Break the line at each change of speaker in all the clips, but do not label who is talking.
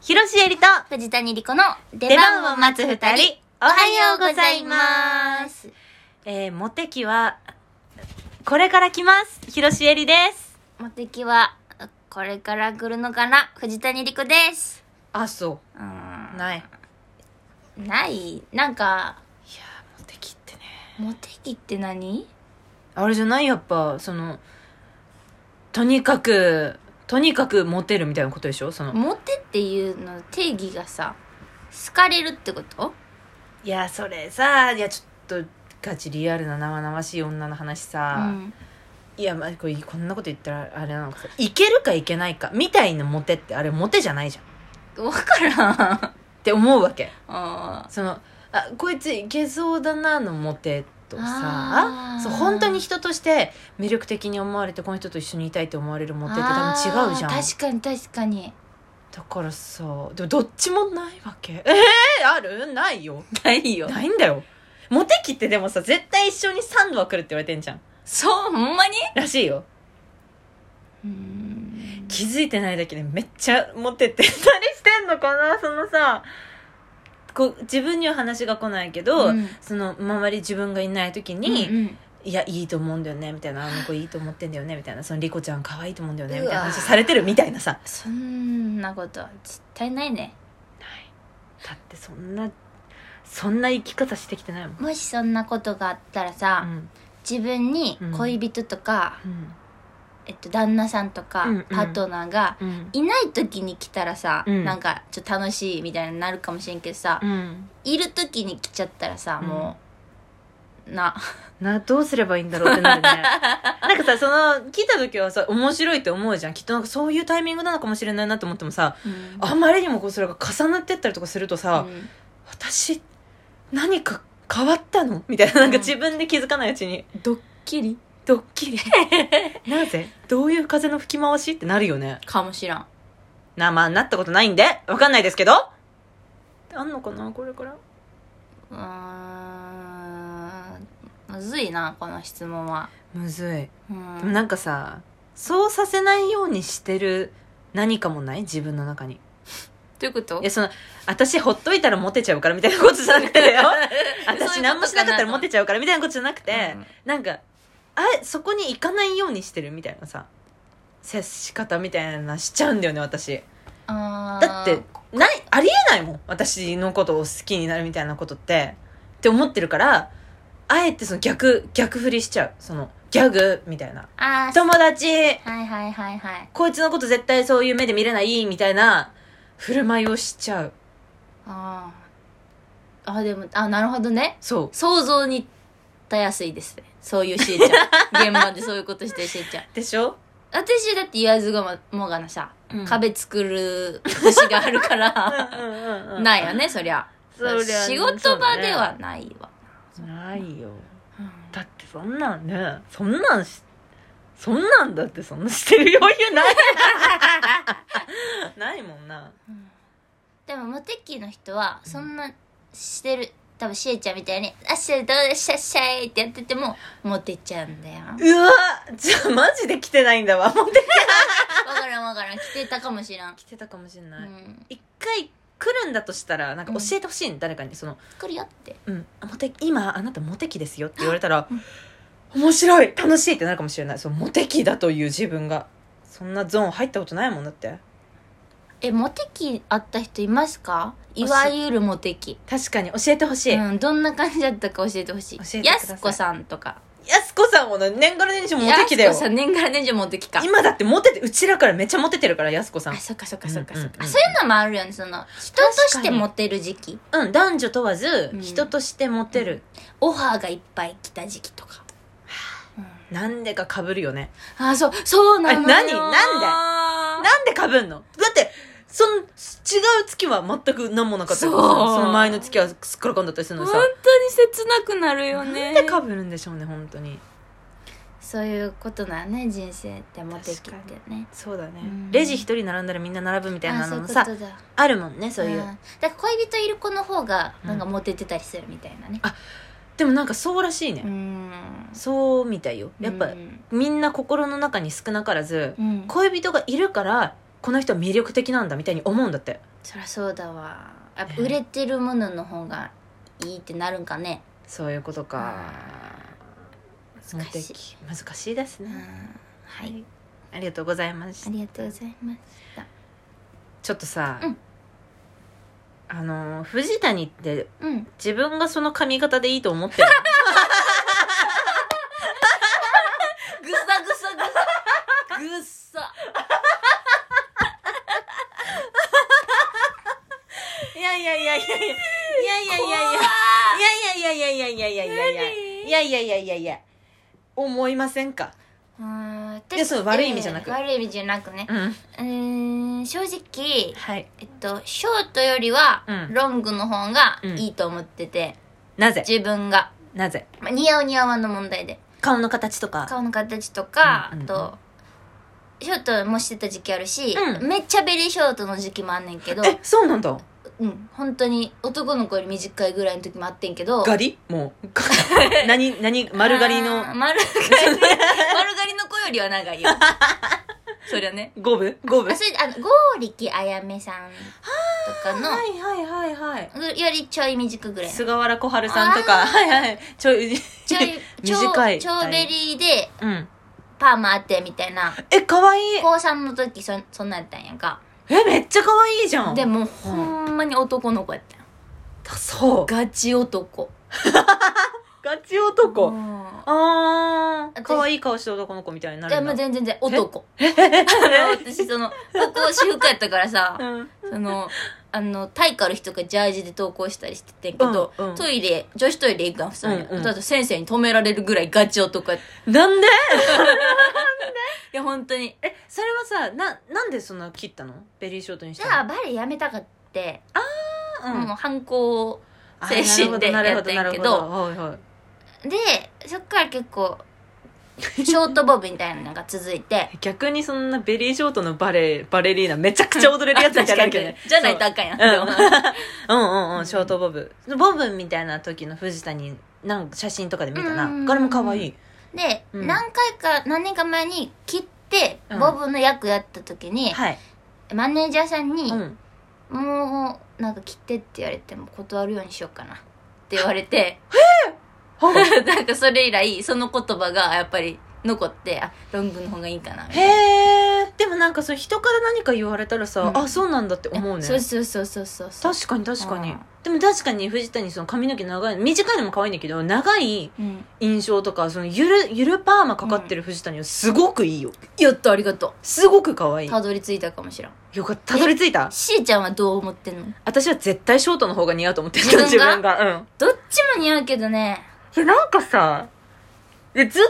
広瀬えりと
藤谷莉子の
出番を待つ二人、お
お
はようございます。
す。
えー、モテ期は、これから来ます。広瀬えりです。
モテキは、これから来るのかな藤谷莉子です。
あ、そう
ー
う。ない。い
ん。ないなんか、
やー、モテ期ってね。
モテキって何
あれじゃないやっぱ、その、とにかく、とにかくモテるみたいなことでしょその。
モテっていうの定義がさ、好かれるってこと
いや、それさ、いや、ちょっと、ガチリアルな生々しい女の話
う
さ。
ん。
いや、まあ、これこんなこと言ったらあれなのかさ、いけるかいけないか、みたいなモテって、あれモテじゃないじゃん。っ
わからん。
て思うわけ。
あ
その、あ、こいついけそうだなのモテとさ
あ、ー
そう、本当に人として魅力的に思われて、この人と一緒にいたいって思われるモテって多分違うじゃん。
確かに確かに。
だからさ、でもどっちもないわけ。えー、あるないよ。
ないよ
ないんだよ。モテ期ってでもさ、絶対一緒に3度は来るって言われてんじゃん。
そう、ほんまに
らしいよ。
うん。
気づいてないだけでめっちゃモテて何してんのかなそのさこう自分には話が来ないけど、
うん
その周り自分がいない時に「
うんうん
いやいいと思うんだよね」みたいな「あの子いいと思ってんだよね」みたいな「そのリコちゃん可愛いと思うんだよね」みたいな話
うわ
されてるみたいなさ
そんなことは絶対ないね。
だってそんなそんな生き方してきてないもん、
もしそんなことがあったら
う
さ、
ん
自分に恋人とか、
うん
えっと、旦那さんとか、
うんうん
パートナーが
うん
いない時に来たらさ、
うん
なんかちょっと楽しいみたいになるかもしれんけどさ、
うん
いる時に来ちゃったらさ、
うん
もうな
などうすればいいんだろうってなるね なんかさその聞いた時はさ面白いって思うじゃんきっとなんかそういうタイミングなのかもしれないなと思ってもさ
うん
あまりにもこうそれが重なってったりとかするとさ、
うん
私何か変わったのみたいななんか
うん
自分で気づかないうちに、
ドッキリ
ドッキリ なぜどういう風の吹き回しってなるよね
かもしらん
なまあなったことないんでわかんないですけどあんのかなこれから
うーんむずいなこの質問は
むずい、
うん
でもなんかさそうさせないようにしてる何かもない自分の中に
どういうこと
いやその私ほっといたらモテちゃうからみたいなことじゃなくて だよ私何もしなかったらモテちゃうからみたいなことじゃなくて、
うん
なんかあそこに行かないようにしてるみたいなさ接し方みたいなしちゃうんだよね私
あー
だってないありえないもん私のことを好きになるみたいなことってって思ってるからあえてその逆逆振りしちゃうそのギャグみたいな
あー
友達
はいはいはいはい
こいつのこと絶対そういう目で見れないみたいな振る舞いをしちゃう
あーあでもあなるほどね
そう
想像にたやすいですねそういうしーちゃ ん現場でそういうことしてるしーちゃん
でしょ
私だって言わずがまもがなさ、
うん
壁作る節がある からないよねそりゃ
そりゃ
仕事場ではないわ、
ないよ
うん
だってそんなんねそんなんしそんなんだってそんなしてる余裕ないないもんな
でもモテ期の人はそんなしてる多分しーちゃんみたいに「あっしゃどうでしゃっしゃい」ってやっててもモテちゃう んだよ
うわじゃあマジで来てないんだわもうで
わからんわからん 来てたかもしらん、
来てたかもしれ
う
ない、
ん、
一回来るんだとしたらなんか教えてほしい、誰かにその
来るよって
「うんあモテ今あなたモテ期ですよ」って言われたら、面白い楽しいってなるかもしれないそのモテ期だという自分がそんなゾーン入ったことないもんだって
えモテ期あった人いますかいわゆるモテ期
確かに教えてほしい、
うん、どんな感じだったか教えてほしい
教えてくだ
や
さい
すこさんとか
やすこさんもね年がら年中モテ期だよ
やすこさん年がら年中モテ期か
今だってモテてうちらからめっちゃモテてるからやすこさん
あそっかそっかそっか
うんうん
そっ
うん
か、あそういうのもあるよねその人としてモテる時期
うん男女問わず
うん
人としてモテる、
オファーがいっぱい来た時期とか、うん
なんでかかぶるよね
あ、そう、そうなのよ。
あ何ななんでかぶんのだってその違う月は全く何もなかったりとか
そう
その前の月はすっからかんだったりするのにさ
本当に切なくなるよ
な
ね。
んでかぶるんでしょうね本当に
そういうことなね、人生ってモテ期っ
確か
てね。
そうだね
うん
レジ一人並んだらみんな並ぶみたいなのもさ
あそういうことだ。
あるもんねそういう、
んだから恋人いる子の方が、
うん
なんかモテてたりするみたいなね。
でもなんかそうらしいね、
うん。
そうみたいよやっぱ、
うん。
みんな心の中に少なからず
うん
恋人がいるからこの人は魅力的なんだみたいに思うんだって
そりゃそうだわやっぱ売れてるものの方がいいってなるんかね
そういうことか
難しい
モテ期難しいです
うん
ね、
はい
ありがとうございま
あ
す
りがとうございました
ちょっとさ、
うん
あのー藤谷って
うん
自分がその髪型でいいと思ってる
ぐさぐさぐさぐっさ
いやいやいやいやいやいやいやいやいやいやいやいやいやいやいやいや
何
いやいやいやいやいや思いませんか
うん
いやそう悪い意味じゃなく
悪い意味じゃなくね
うん
うーん正直
はい
えっとショートよりは
うん
ロングの方がいいと思ってて、
なぜ
自分が、
なぜ
まあ、似合う似合わんの問題で
顔の形とか
顔の形とか、
うんうんうん
あとショートもしてた時期あるし、
うん
めっちゃベリーショートの時期もあんねんけど、
えそうなんだ
うん、本当に男の子より短いぐらいの時もあってんけど
ガリもう何何丸刈りの
あー丸刈り丸刈りの子よりは 長いよそりゃね
五分五分
あそれであの剛力あやめさんとかの
いはいはいはい
よりちょい短ぐらいの
菅原小春さんとかはいはいちょい
ちょい
短い
ちょうベリーで
うん
パーマあってみたいな
え可愛い
高3の時そそんなんやったんやんか
えめっちゃ可愛いじゃん
でもほんまに男の子やったん
だそう
ガチ男
ガチ男
うん
あー
私
可愛い顔してる男の子みたいにない
や
るんだ
もう全然全然男 私その高校私服やったからさ
うん
そのあの体育ある人がジャージで登校したりしててんけど、
うんうん
トイレ女子トイレ行くん普通に、
うんうん
だと先生に止められるぐらいガチ男やったい
なんで
や本当に
えそれはさななんでそんな切ったのベリーショートにし
じゃ
た
あ
の
バレエやめたかって、
あ
もう反抗
あ
精神で
なるほど
や
な
ってん
る
け
ほ
ど
どはいはい
でそっから結構ショートボブみたいなのが続いて
逆にそんなベリーショートのバレーバレリーナめちゃくちゃ踊れるやつみたいになるけどね
じゃないとあかんやん、
そう
でも
うんうんうんショートボブボブみたいな時の藤谷なんか写真とかで見たな
うん
これも可愛い
で、
うん
何回か何年か前に切って
うん
ボブの役やった時に、
はい
マネージャーさんに、
うん
もうなんか切ってって言われても断るようにしようかなって言わ れて なんかそれ以来その言葉がやっぱり残ってあロングの方がいいかなみたい
へえでもなんかそう人から何か言われたらさ
うん
あそうなんだって
な
思うね
そうそうそうそうそうそう
確かに確かに
うん
でも確かに藤谷その髪の毛長い短いのも可愛いんだけど長い
うん、
印象とかそのゆるゆるパーマかかってる藤谷はすごくいいよ
やったありがと
すごく可愛
う
い
たどり着いたかもしれん
よかったたどり着いた
しーちゃんはどう思ってんの
私は絶対ショートの方が似合うと思ってる自
自
分
分
がうん
どっちも似合うけどね
いや、なんかさ、いやずっ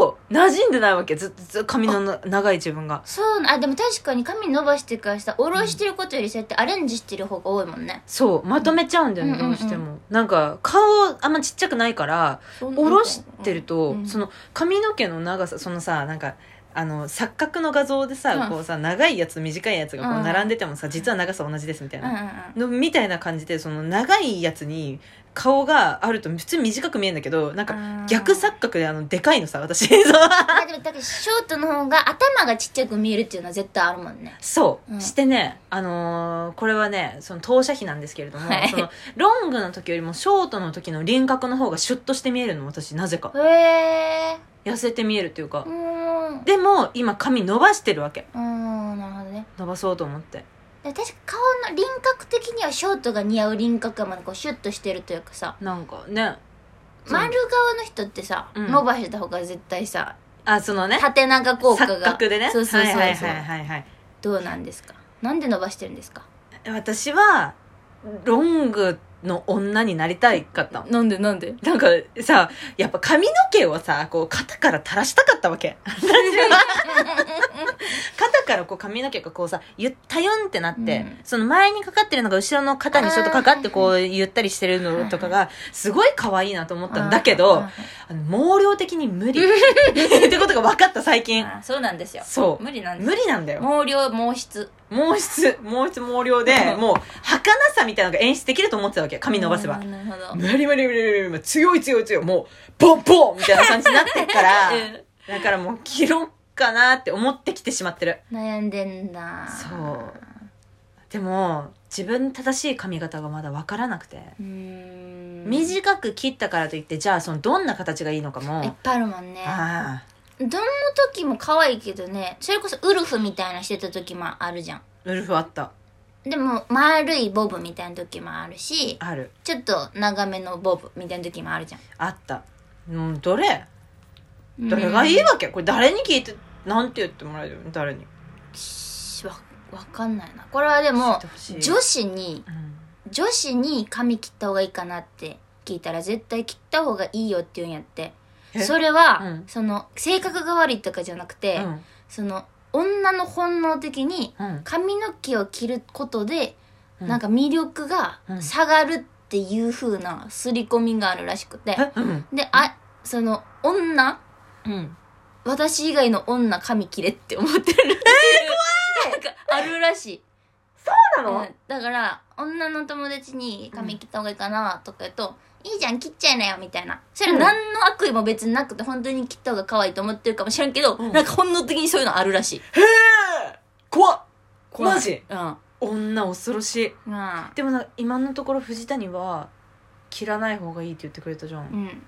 と馴染んでないわけ。ずっとずっと髪のな長い自分が。
そうなあでも確かに髪伸ばしてからさ下ろしてることよりそうやってアレンジしてる方が多いもんね
そう、まとめちゃうんだよね、
うんうん
ど
うん
うしても。なんか、顔あんまちっちゃくないから、下ろしてると、
うん
その髪の毛の長さ、そのさ、なんか、あの、錯覚の画像でさ、
うん
こうさ、長いやつ短いやつがこう
うん
並んでてもさ、実は長さ同じですみたい
うんうんう
な。
ん
のみたいな感じで、その長いやつに顔があると普通短く見えるんだけど、なん
あ
か、
ー
逆錯覚であの、でかいのさ、私。 そう
あでもだからショートの方が頭がちっちゃく見えるっていうのは絶対あるもんね
そう、
うん
してね、あのーこれはね、その当社費なんですけれども、
はい
そのロングの時よりもショートの時の輪郭の方がシュッとして見えるの、私、なぜか。
へえ
痩せて見えるというか
う。ーん
でも、今髪伸ばしてるわけ。
うーんなるほどね
伸ばそうと思って。
でも確か顔の輪郭的にはショートが似合う輪郭がまだこうシュッとしてるというかさ
なんかね。そう
丸側の人ってさ、
うん
伸ばした方が絶対さ
あ、そのね、
縦長効果が
錯覚でね。
そうそうそうそう、
はいはいはいはい、はい。
どうなんですかなんで伸ばしてるんですか
私は、ロングの女になりたいかったの。
なんでなんで
なんかさ、やっぱ髪の毛をさ、こう肩から垂らしたかったわけ。肩からこう髪の毛がこうさ、ゆったよんってなって、
うん
その前にかかってるのが後ろの肩にちょっとかかってこ
あ
う、ゆったりしてるのとかが、すごい可愛いなと思ったんだ
だ
けど、あの毛量的に無理。ってことが分かった最近。
そうなんですよ
そう。
無理なんです
無理なんだよ。
毛量毛質
毛質、毛質毛量で、もう、儚さみたいなのが演出できると思ってたわけ。髪伸ばせば
あ。ーなるほど
無理無理無理無理無理。強い強い強い。もう、ボンボンみたいな感じになってっ から、だからもう切ろうかなって思ってきてしまってる。
悩んでんだ
そう。でも自分の正しい髪型がまだ分からなくて、
うーん
短く切ったからといってじゃあそのどんな形がいいのかも、
いっぱいあるもんね
ああ
どの時も可愛いけどねそれこそウルフみたいなしてた時もあるじゃん
ウルフあった
でも丸いボブみたいな時もあるし
ある
ちょっと長めのボブみたいな時もあるじゃん
あったうんどれどれがいいわけこれ誰に聞いてなんて言ってもらえるの誰に
しわわかんないなこれはで
知
も
ってほしい
女子に
うん
女子に髪切った方がいいかなって聞いたら絶対切った方がいいよって言うんやって
え
それは、
うん
その性格が悪いとかじゃなくて、
うん
その女の本能的に
うん
髪の毛を切ることで、
うん
なんか魅力が
うん
下がるっていう風な刷り込みがあるらしくて、
えうん
であその女
うん
私以外の女髪切れって思ってる なんかあるらしい
そうなの、
うんだから女の友達に髪切った方がいいかなとか言うと、いいじゃん切っちゃいなよみたいなそれは何の悪意も別になくて本当に切った方が可愛いと思ってるかもしれんけど、
うん
なんか本能的にそういうのあるらしい
えー怖っ
怖い
マジ
うん
女恐ろしい
まあ
でもなんか今のところ藤谷は切らない方がいいって言ってくれたじゃん、
うん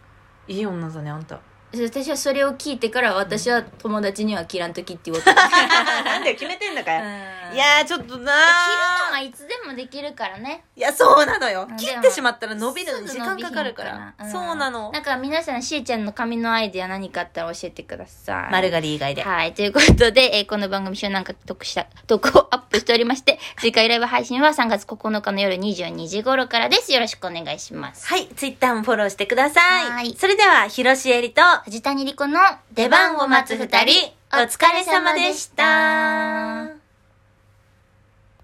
いい女だねあ んた
私はそれを聞いてから私は友達には切らんときって言おうと思っ た
なんで決めてんのかよ、
うん
いやーちょっとなー
切るのはいつでもできるからね
いやそうなのよ
うん
切っ
で
て
も
しまったら伸びるのに時間かかるから
すぐ伸びひん
そうなの
だから皆さんしーちゃんの髪のアイデア何かあったら教えてください
丸刈り以外で
はい。ということで、えーこの番組週何回得した、投稿アップしておりまして、追加ライブ配信は3月9日の夜22時頃からです。よろしくお願いします。
はいツイッターもフォローしてください
はい
それでは広しえりと
藤谷莉子の
出番を待つ二人お疲れ様でした